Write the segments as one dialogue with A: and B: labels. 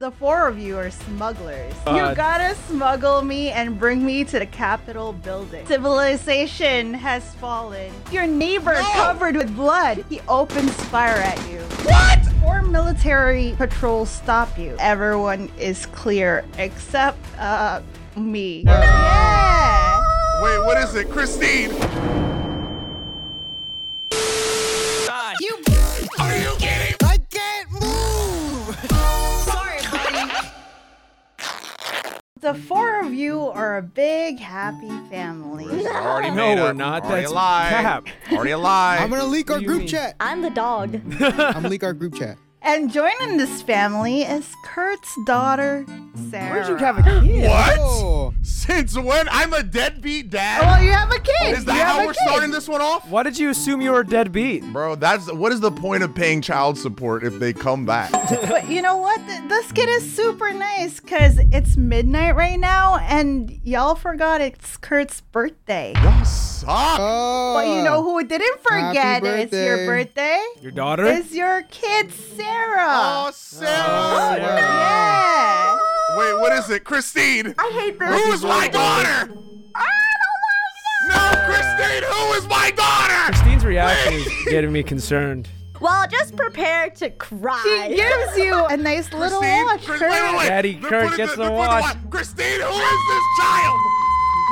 A: The four of you are smugglers.
B: Uh,
A: you gotta smuggle me and bring me to the Capitol building. Civilization has fallen. Your neighbor, covered with blood, he opens fire at you. What? Four military patrols stop you. Everyone is clear except, uh, me. Yeah!
C: Wait, what is it? Christine!
D: You
C: Are you kidding?
D: I can't move. Sorry, buddy.
A: The four of you are a big, happy family.
C: Already
B: No,
C: made
B: we're
C: up.
B: not.
C: Already
B: That's
C: alive.
B: cap.
C: Already alive.
D: I'm gonna leak our
B: you
D: group
B: mean?
D: chat.
E: I'm the dog.
D: I'm gonna leak our group chat.
A: And joining this family is Kurt's daughter, Sarah.
B: Where'd you have a kid?
C: What?
D: Oh,
C: Since when? I'm a deadbeat dad.
A: Well, you have a kid.
C: is that
A: you have
C: how
A: a
C: we're
A: kid.
C: starting this one off?
B: Why did you assume you were deadbeat?
C: Bro, that's what is the point of paying child support if they come back?
A: But you know what? Th- This kid is super nice because it's midnight right now, and y'all forgot it's Kurt's birthday.
C: Y'all suck.
D: oh.
A: But you know who didn't
D: Happy
A: forget it's your birthday?
B: Your daughter?
A: It's your kid, Sarah.
C: Oh, Sarah.
B: Sarah.
A: yeah.
C: Wait, what is it? Christine.
A: I hate birthdays.
C: Who is my daughter? No, Christine, who is my daughter?
B: Christine's reaction is getting me concerned.
E: Well, just prepare to
A: She
E: cry.
A: gives you a nice little
C: Christine,
A: watch,
C: Chris-
A: Kurt.
C: wait, wait, wait.
B: Daddy
C: They're
B: Kurt
C: putting
B: gets the
C: they're putting
B: watch.
C: Christine, who is this child?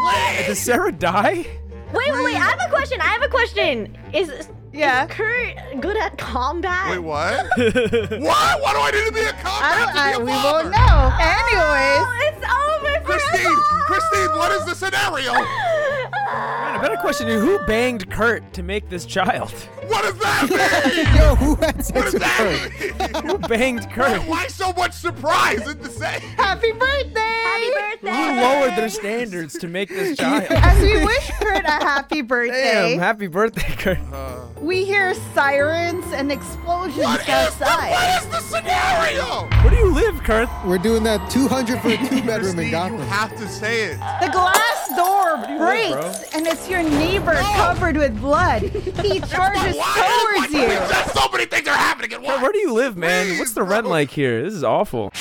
B: Does
C: Please.
B: Sarah die?
E: Wait, wait, wait. I have a question. I have a question. Is
A: Yeah.
E: is Kurt good at combat?
C: Wait, what? what? What do I need to be a cop?
A: I don't.
C: have to be
A: I,
C: a
A: we
C: father?
A: won't know. Anyways,
E: Oh, it's over for us
C: Christine,
E: all.
C: Christine, what is the scenario?
B: Man, a better question is who banged Kurt to make this child?
C: What does that mean?
D: Yo, who had
C: What does
D: sex with her?
C: that mean?
B: Who banged Kurt?
C: Why- Why so much surprise in the say?
A: happy birthday.
E: Happy birthday.
B: Who lowered their standards to make this child?
A: As we wish Kurt a happy birthday,
B: Damn, happy birthday, Kurt.
A: we hear sirens and explosions
C: What is the,
A: outside.
C: what is the scenario?
B: Where do you live, Kurt?
D: We're doing that 200 for a two bedroom
C: Christine,
D: in
C: you
D: Gotham.
C: have to say it.
A: The glass door
B: doing,
A: breaks, and it's your neighbor covered with blood. He charges
C: Why?
A: towards
C: Why-
A: you.
C: Just so many things are happening at once.
B: Where do you live, man? What's the rent like here? This is awful.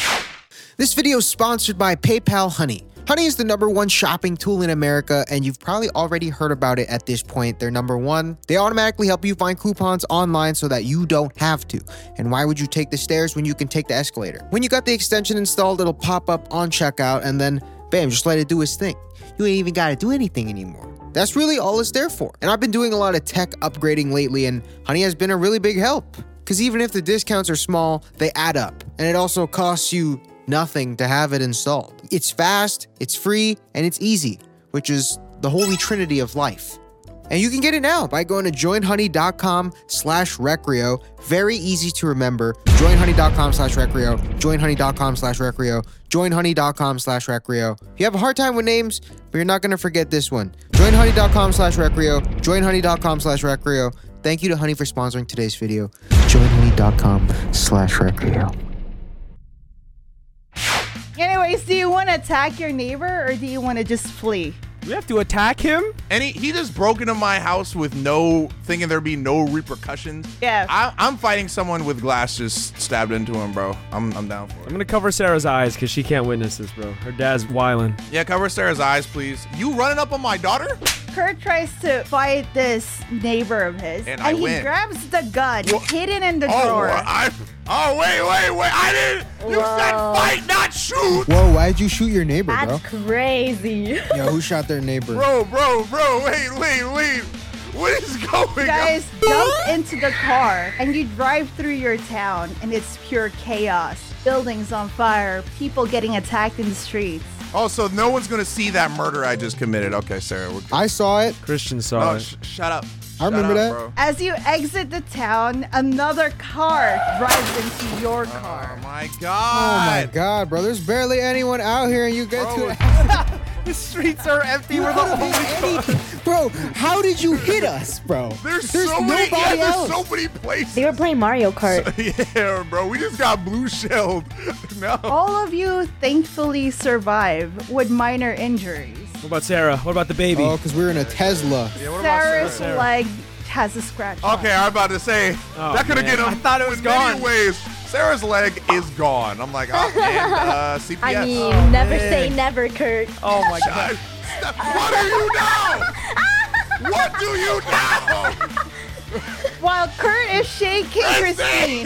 D: This video is sponsored by PayPal Honey. Honey is the number one shopping tool in America, and you've probably already heard about it at this point. They're number one. They automatically help you find coupons online so that you don't have to. And why would you take the stairs when you can take the escalator? When you got the extension installed, it'll pop up on checkout, and then bam, just let it do its thing. You ain't even gotta do anything anymore. That's really all it's there for. And I've been doing a lot of tech upgrading lately, and Honey has been a really big help. Because even if the discounts are small, they add up. And it also costs you nothing to have it installed. It's fast, it's free, and it's easy, which is the holy trinity of life. And you can get it now by going to joinhoney.com slash recreo. Very easy to remember. Joinhoney.com slash recreo. Joinhoney.com slash recreo. Joinhoney.com slash recreo. If you have a hard time with names, but you're not going to forget this one. Joinhoney.com slash recreo. Joinhoney.com slash recreo. Thank you to Honey for sponsoring today's video. Joinhoney.com slash recreo.
A: Anyways, do you want to attack your neighbor or do you want to just flee?
B: We have to attack him?
C: And he, he just broke into my house with no thinking there'd be no repercussions.
A: Yeah.
C: I, I'm fighting someone with glass just stabbed into him, bro. I'm, I'm down for
B: I'm
C: it.
B: gonna cover Sarah's eyes because she can't witness this, bro. Her dad's whiling.
C: Yeah, cover Sarah's eyes, please. You running up on my daughter?
A: Kurt tries to fight this neighbor of his,
C: And I
A: he
C: win.
A: grabs the gun
C: Wha-
A: hidden in the
C: Oh,
A: drawer.
C: I. Oh, wait, wait, wait. I didn't. You said
E: Whoa.
C: fight, not shoot.
D: Whoa, why'd you shoot your neighbor, bro?
E: That's crazy.
D: Yo, who shot their neighbor?
C: Bro, bro, bro. Wait, wait, wait. What is going
A: guys
C: on?
A: jump into the car and you drive through your town and it's pure chaos buildings on fire people getting attacked in the streets
C: Oh, so no one's going to see that murder I just committed. Okay, Sarah. We're,
D: I saw it.
B: Christian saw
C: no,
B: it.
C: Oh, sh- shut up.
D: I remember
C: Shut
D: that.
C: up, bro.
A: as you exit the town another car drives into your
C: Oh,
A: car
C: my
D: Oh
C: God.
D: my god, bro. There's barely anyone out here, and you get
C: Bro,
D: to
C: it's-
B: The streets are empty.
D: You could've been anything. Bro, how did you hit us, bro?
C: There's, so many. Yeah, there's so many
E: They
C: places.
E: were playing Mario Kart.
C: yeah, bro. We just got blue shelled. no.
A: all of you thankfully survive with minor injuries
B: What about Sarah? What about the baby?
D: Oh, because we're in a Tesla.
C: Yeah, what
A: sarah's
B: Sarah?
A: leg has a scratch on
C: Okay,
A: it.
C: I'm about to say
B: Oh,
C: that could have
B: man.
C: get him.
B: I thought it was
C: in many
B: gone.
C: ways. Sarah's leg is gone. I'm like, oh, and, uh, CPS.
E: I mean,
C: Oh,
E: never
C: man.
E: say never, Kurt.
B: Oh my god.
C: God. Stop- What do you know? What do you know?
A: While Kurt is shaking Christine,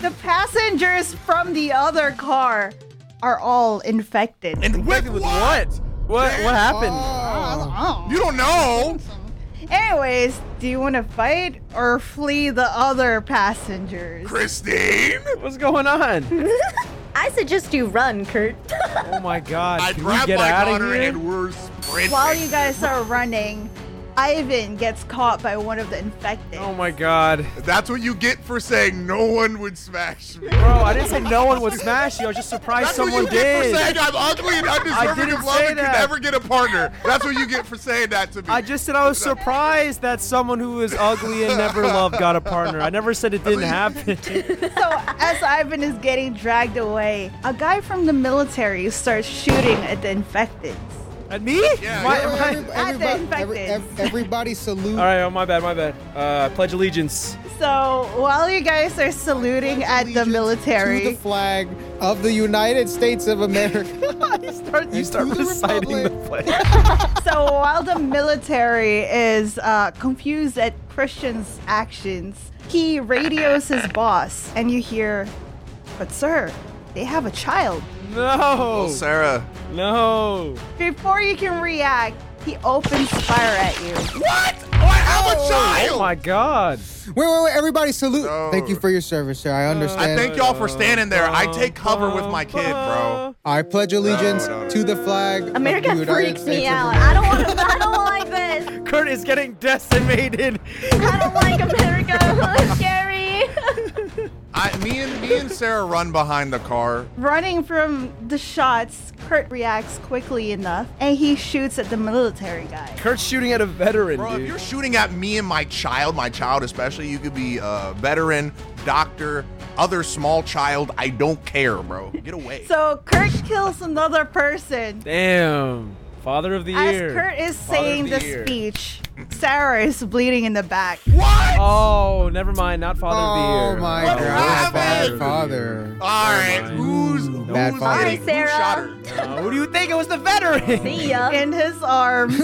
A: the passengers from the other car are all infected.
C: And with,
B: With what? What what happened?
D: Oh.
A: Oh.
C: You don't know.
A: Anyways, do you want to fight or flee the other passengers?
C: Christine?
B: What's going on?
E: I suggest you run, Kurt.
B: Oh my god.
C: I
B: Can we
C: grabbed
B: get
C: my
B: out
C: daughter
B: of here?
C: and we're sprinting.
A: While you guys are running, Ivan gets caught by one of the infected.
B: Oh my god.
C: That's what you get for saying no one would smash me.
B: Bro, I didn't say no one would smash you. I was just surprised
C: That's
B: someone
C: what you get
B: did.
C: for saying I'm ugly and undeserving
B: didn't
C: of love
B: say
C: and could
B: that.
C: never get a partner. That's what you get for saying that to me.
B: I just said I was surprised that someone who is ugly and never loved got a partner. I never said it didn't happen.
A: So, as Ivan is getting dragged away, a guy from the military starts shooting at the infected.
B: At me?
C: Yeah,
B: Why-
C: you're
B: am I-
D: Every- everybody, every-
A: infected.
D: everybody salute.
B: All right, oh my bad, my bad. Uh, I pledge allegiance.
A: So, while you guys are saluting at the
D: Allegiance To
A: military,
D: the flag of the United States of America.
B: you start, you
D: And
B: start
D: to the
B: reciting the
D: Republic.
B: pledge.
A: so while the military is uh, confused at Christian's actions, he radios his boss, and you hear, But, sir, they have a child.
B: No,
C: Sarah.
B: no.
A: Before you can react, he opens fire at you.
C: What? Oh, I have a child.
B: Oh my god.
D: wait, wait, wait. Everybody salute.
C: No.
D: Thank you for your service, sir. I understand.
C: I thank y'all for standing there. I take cover with my kid, bro.
D: I pledge allegiance
C: No, no, no.
D: to the flag. of the
E: America
D: United
E: freaks me
D: States of
E: out.
D: America.
E: I don't want. I don't like this.
B: Kurt is getting decimated.
E: I don't like America. It's Scary.
C: I, me and me and Sarah run behind the car.
A: Running from the shots, Kurt reacts quickly enough and he shoots at the military guy.
B: Kurt's shooting at a veteran,
C: Bro, if
B: dude.
C: you're shooting at me and my child, my child especially, you could be a veteran, doctor, other small child. I don't care, bro. Get away.
A: So Kurt kills another person.
B: Damn. Father of the
A: As
B: year.
A: Kurt is
B: Father of
A: saying the,
B: year.
A: speech, Sarah is bleeding in the back.
C: what?
B: Oh, never mind. Not father of the
D: Oh
B: year.
D: my
C: What
D: god.
C: happened?
D: Bad father.
C: All right, who's
D: Bad
C: who's
D: father.
C: hitting-
E: Sorry,
C: who
E: Sarah.
C: shot her?
B: Uh, who do you think? It was the veteran.
E: See ya.
A: In his arms,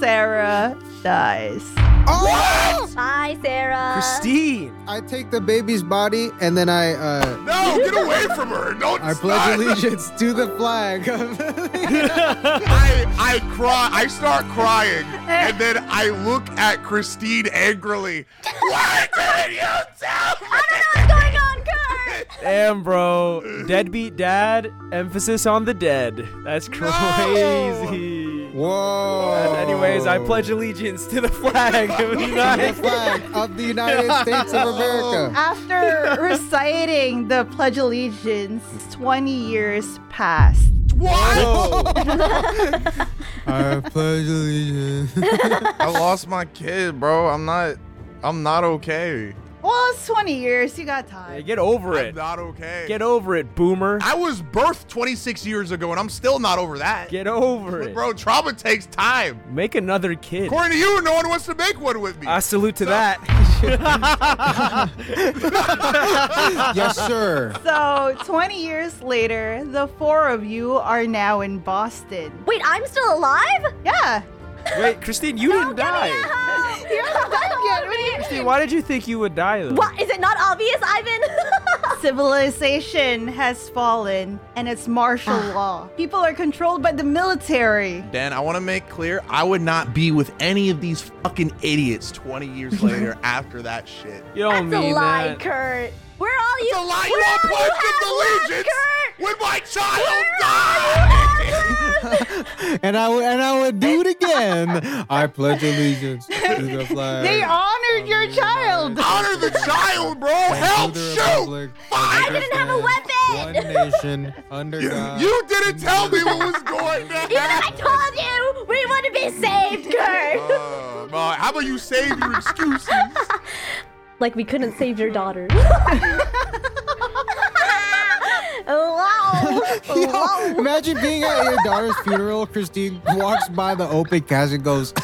A: Sarah dies.
D: Oh!
E: Bye, Sarah.
B: Christine.
D: I take the baby's body and then I uh,
C: No, get away from her! Don't.
D: I
C: stop.
D: pledge allegiance to the flag. of-
C: I I cry. I start crying, and then I look at Christine angrily. Why didn't you tell me?
E: What's going on, Kurt?
B: Damn, bro. Deadbeat dad. Emphasis on the dead. That's crazy.
D: Whoa.
B: Anyways, I pledge allegiance to the flag of the
D: the
B: United
D: flag of the United States of America.
A: After reciting the Pledge of Allegiance, 20 years passed.
C: What?
D: I pledge allegiance.
C: I lost my kid, bro. I'm not. I'm not okay.
A: Well, it's 20 years. You got
B: Hey,
A: time.
B: Get over
C: I'm
B: it.
C: not okay.
B: Get over it, boomer.
C: I was birthed 26 years ago, and I'm still not over that.
B: Get over it.
C: Bro, trauma takes time.
B: Make another kid.
C: According to you, no one wants to make one with me.
B: I salute to that.
D: yes, sir.
A: So, 20 years later, the four of you are now in Boston.
E: Wait, I'm still alive?
A: Yeah.
B: Wait, Christine, you didn't die.
E: You're alive
A: yet.
B: Christine, why did you think you would die though?
E: What? Is it not obvious, Ivan?
A: Civilization has fallen and it's martial law. People are controlled by the military.
C: Dan, I want to make clear I would not be with any of these fucking idiots 20 years later after that shit.
B: You don't
E: That's
B: mean
E: a lie,
B: that.
E: Kurt. We're all you.
C: The line
E: we're
C: will
E: all you
C: pledge
E: have
C: its
E: left,
C: allegiance
E: Kurt.
C: when my child
E: We're all you
C: dies!
E: have left.
D: And I would and I would do it again. I pledge allegiance to the flag.
A: They honored your child.
C: Honor the child, bro!
D: and
C: Help
D: to the
C: shoot!
D: republic for
C: Fine!
D: which
E: I
D: it
E: didn't have a
D: stands, One nation under God.
C: You didn't tell me what was going
E: Even if I
C: down!
E: told you, we would have been saved, Kurt.
C: Uh, Ma, how about you save your excuses?
E: like we couldn't save your daughter. wow.
D: Yo, imagine being at your daughter's funeral. Christine walks by the open casket and goes,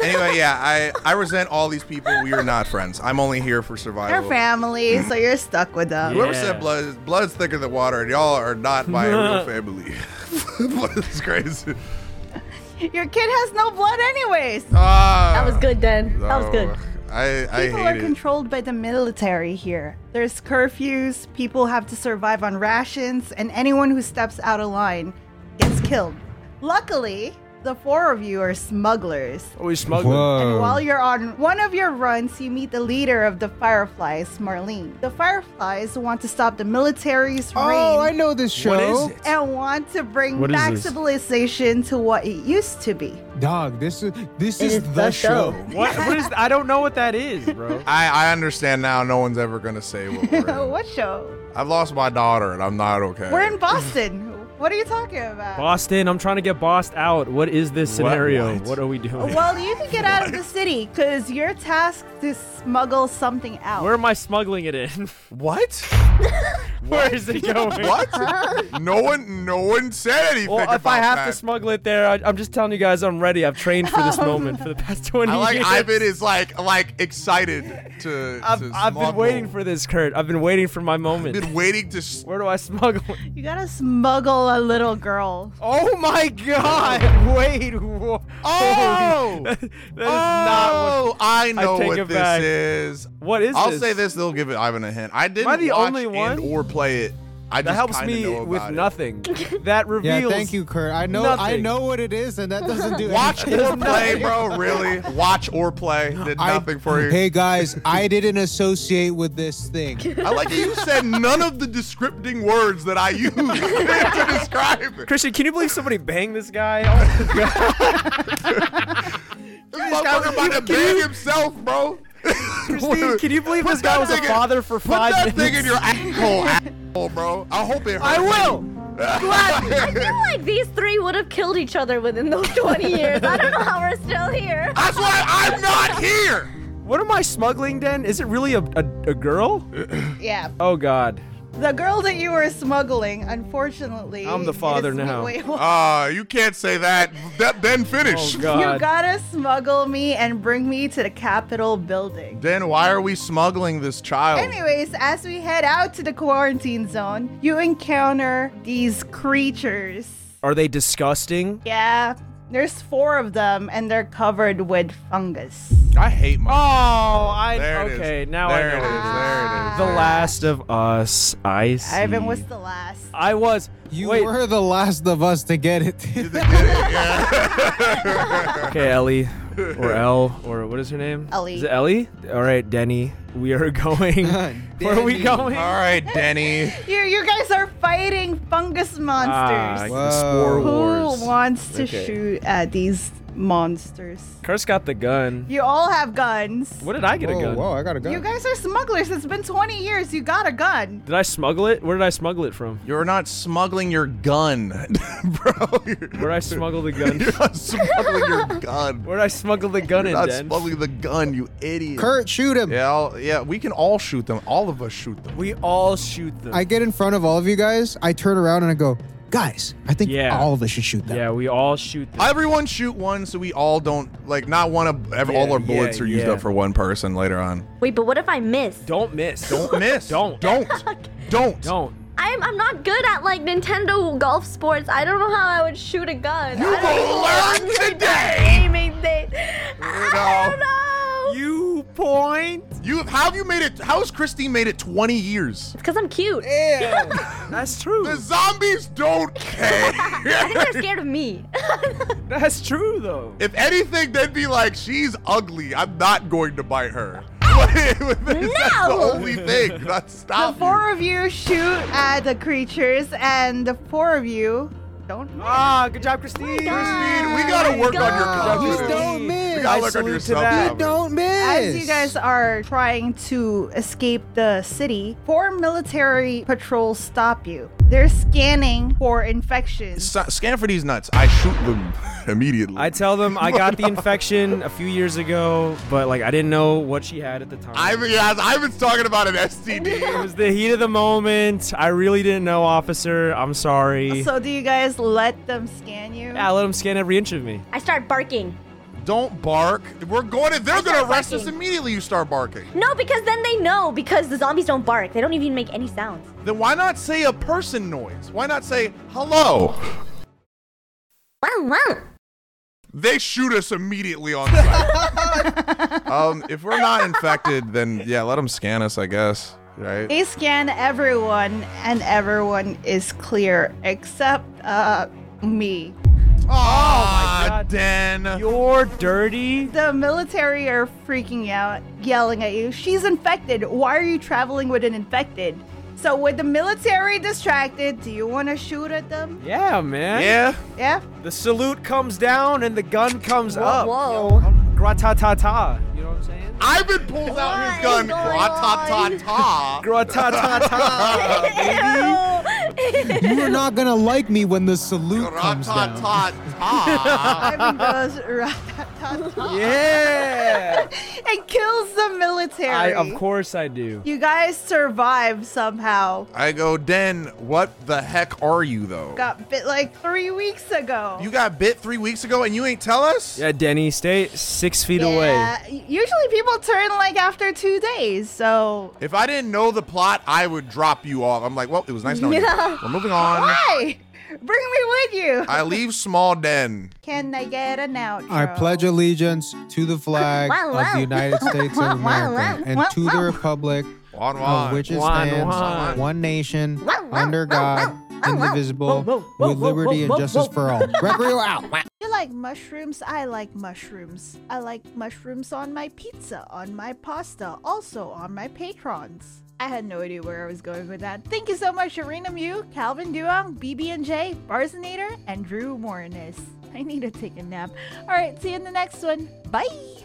C: Anyway, yeah, I, I resent all these people. We are not friends. I'm only here for
A: They're
C: survival.
A: family, so you're stuck with them.
C: Whoever
B: Yeah.
C: said blood is blood's thicker than water, and y'all are not my real family. blood is crazy.
A: Your kid has no blood, anyways.
C: Ah,
E: That was good, then. That was good.
C: I, I
A: People are
C: hate it.
A: controlled by the military here. There's curfews, people have to survive on rations, and anyone who steps out of line gets killed. Luckily, the four of you are smugglers.
B: Always smuggling.
D: Oh.
A: And while you're on one of your runs, you meet the leader of the Fireflies, Marlene. The Fireflies want to stop the military's reign
D: Oh, I know this show.
B: What is it?
A: and want to bring
B: What is
A: back
B: this?
A: civilization to what it used to be.
D: Dog, this is this
E: It
D: is,
E: is
D: the,
E: the
D: show.
E: show.
B: What? What is? I don't know what that is, bro.
C: I, I understand now. No one's ever gonna say what we're in.
A: what show?
C: I've lost my daughter, and I'm not okay.
A: We're in Boston. what are you talking about?
B: Boston, I'm trying to get bossed out. What is this
C: What-
B: scenario?
C: what?
B: What are we doing?
A: Well, you can get out of the city because you're tasked to smuggle something out.
B: Where am I smuggling it in?
C: what?
B: Where is it going?
C: What? no one, no one said anything
B: Well,
C: about
B: if I have
C: that.
B: to smuggle it there, I, I'm just telling you guys I'm ready. I've trained for
E: Um,
B: this moment for the past 20
C: I like
B: years.
C: Ivan is like like excited to.
B: I've,
C: to
B: I've been
C: smuggle.
B: waiting for this, Kurt. I've been waiting for my moment.
C: Been waiting to. s-
B: Where do I smuggle? it?
A: You gotta smuggle a little girl.
B: Oh my God! Wait. wha-
C: Oh!
B: that is not
C: oh, I know
B: take
C: what
B: it
C: this
B: back.
C: is.
B: what. What is
C: I'll
B: this?
C: say this. They'll give it Ivan a hint. I didn't
B: I the
C: watch
B: only
C: and
B: one?
C: or play it. I
B: That
C: just
B: helps
C: kinda
B: me
C: know
B: with
C: about it.
B: nothing. That
D: Yeah,
B: reveals.
D: thank you, Kurt. I know I
B: nothing.
D: know what it is, and that doesn't do
C: Watch
D: anything.
C: or play, bro. Really, watch or play. Did
D: I-
C: nothing for you.
D: Hey guys, I didn't associate with this thing.
C: I like that you said none of the descripting words that I use to describe it.
B: Christian, can you believe somebody banged this guy? Oh,
C: This motherfucker about to bang himself, bro.
B: Christine, can you believe
C: Put
B: this guy
C: that
B: was a
C: thing in-
B: father for
C: Put
B: five
C: that
B: minutes?
C: thing in your asshole, asshole, bro. I hope it hurts.
B: I will.
E: I feel like these three would have killed each other within those 20 years. I don't know how we're still here.
C: That's why I'm not here.
B: What am I smuggling then? Is it really a, a, a girl?
C: Uh,
A: Yeah.
B: Oh God.
A: The girl that you were smuggling, unfortunately.
B: I'm the
A: it
B: father
A: is-
B: now.
A: wait, what?
C: Ah, you can't say that. that then finish.
B: Oh God.
A: you gotta smuggle me and bring me to the Capitol building.
C: Then why are we smuggling this child?
A: Anyways, as we head out to the quarantine zone, you encounter these creatures.
B: Are they disgusting?
A: Yeah, there's four of them and they're covered with fungus.
C: I hate
B: Oh,
C: my.
B: I
C: There it is.
B: okay. Now
C: there
B: I know.
C: it
B: what it
C: is.
B: is.
C: There it is.
B: The Last of Us. I see.
A: Ivan was the last.
B: I was.
D: You
B: Wait.
D: were the last of us to get it.
B: Okay, Ellie, or Elle, or what is her name?
A: Ellie.
B: Is it Ellie? All right, Denny. We are going. Where are we
D: Denny.
B: going?
C: All right, Denny.
A: You, you guys are fighting fungus
B: Ah,
A: monsters.
B: the spore
D: Whoa.
B: wars.
A: Who wants to
B: Okay.
A: shoot at these monsters?
B: Curse got the gun.
A: You all have guns.
B: Where did I get a
D: Whoa,
B: gun?
D: whoa, I got a gun.
A: You guys are smugglers. It's been 20 years. You got a gun.
B: Did I smuggle it? Where did I smuggle it from?
C: You're not smuggling your gun, bro. You're,
B: Where did I smuggle the gun?
C: you're not smuggling your gun.
B: Where did I smuggle the gun in,
C: You're not
B: Den?
C: smuggling the gun, you idiot.
D: Kurt, shoot him.
C: Yeah, I'll- yeah, we can all shoot them. All of us shoot them.
B: we all shoot them.
D: I get in front of all of you guys. I turn around and I go, guys, I think
B: Yeah.
D: all of us should shoot them.
B: yeah, we all shoot them.
C: Everyone shoot one, so we all don't like not one of ev-
B: Yeah,
C: all our
B: yeah,
C: bullets are used
B: yeah.
C: up for one person later on.
E: Wait, but what if I miss?
B: Don't miss.
C: Don't miss.
B: Don't.
C: Don't. Don't.
B: Don't.
E: I'm, I'm not good at like Nintendo golf sports. I don't know how I would shoot a gun. You
C: will learn today.
E: Aiming thing.
C: know.
E: I don't know.
B: You point.
C: You how have you made it? How has Christine made it 20 years?
E: It's because I'm cute.
B: That's true.
C: The zombies don't care.
E: I think they're scared of me.
B: That's true though.
C: if anything, they'd be like, "She's ugly. I'm not going to bite her." That's the
E: No.
C: only thing. Not
A: The
C: stop.
A: four of you shoot at the creatures, and the four of you don't know.
B: Ah, good job, Christine.
C: Christine, we gotta work on your
E: God.
C: confidence.
D: Oh, You don't miss.
C: We gotta
D: I
C: work on
B: salute
C: your
B: to that.
D: You
C: self.
D: don't miss.
A: As you guys are trying to escape the city, four military patrols stop you. They're scanning for infections.
C: Scan for these nuts. I shoot them immediately.
B: I tell them I got the infection a few years ago, but like I didn't know what she had at the time.
C: Ivan, yeah, Ivan's talking about an STD.
B: it was the heat of the moment. I really didn't know, officer. I'm sorry.
A: So do you guys let them scan you?
B: Yeah, I let them scan every inch of me.
E: I start barking.
C: Don't bark. We're going to, they're
E: I
C: going to
E: start
C: arrest us
E: barking.
C: immediately you start barking.
E: No, because then they know because the zombies don't bark. They don't even make any sounds.
C: Then why not say a person noise? Why not say hello?
E: Wow, wow.
C: They shoot us immediately on sight. um, if we're not infected, then yeah, let them scan us, I guess. Right?
A: They scan everyone, and everyone is clear except uh me.
C: Oh, my
B: God.
C: Den.
B: You're dirty.
A: The military are freaking out, yelling at you. She's infected. Why are you traveling with an infected? So with the military distracted, do you want to shoot at them?
B: Yeah, man.
C: yeah.
A: Yeah.
B: The salute comes down and the gun comes
E: Whoa,
B: up.
E: whoa.
B: Um, Gratatata. You know what I'm saying?
C: Ivan pulls out his
E: What
C: gun.
E: is going on?
C: Ra-ta-ta-ta.
B: Gratatata.
E: Ew.
D: You are not gonna like me when the salute comes down.
C: Ra-ta-ta-ta.
A: Ivan goes rat-tat-tat
B: yeah.
A: and kills the military.
B: I, of course I do.
A: You guys survive somehow.
C: I go, Den, what the heck are you, though?
A: Got bit like three weeks ago.
C: You got bit three weeks ago and you ain't tell us?
B: Yeah, Denny, stay six feet away.
A: yeah. Usually people turn like after two days, so
C: If I didn't know the plot, I would drop you off. I'm like, well, it was nice knowing you.
E: Yeah.
C: We're moving on.
A: Hey, bring me with you.
C: I leave small den.
A: Can I get an outro?
D: I pledge allegiance to the flag
E: Wow,
D: of
E: wow.
D: the United States of
E: Wow,
D: America
E: wow,
D: and
A: wow,
D: to the
A: wow.
D: republic
C: One,
D: of
C: one.
D: which it
B: One,
D: stands,
B: one.
D: one nation,
E: Wow, wow,
D: under
E: wow,
D: God,
E: wow, wow, wow. Whoa,
D: indivisible,
E: whoa, whoa,
D: with
E: whoa,
D: liberty and
E: whoa,
D: justice
E: whoa.
D: for all. Gregorio out.
A: You like mushrooms? I like mushrooms. I like mushrooms on my pizza, on my pasta, also on my patrons. I had no idea where I was going with that. Thank you so much, Arena Mew, Calvin Duong, BB&J, Barzonator, and Drew Moranis. I need to take a nap. All right, see you in the next one. Bye.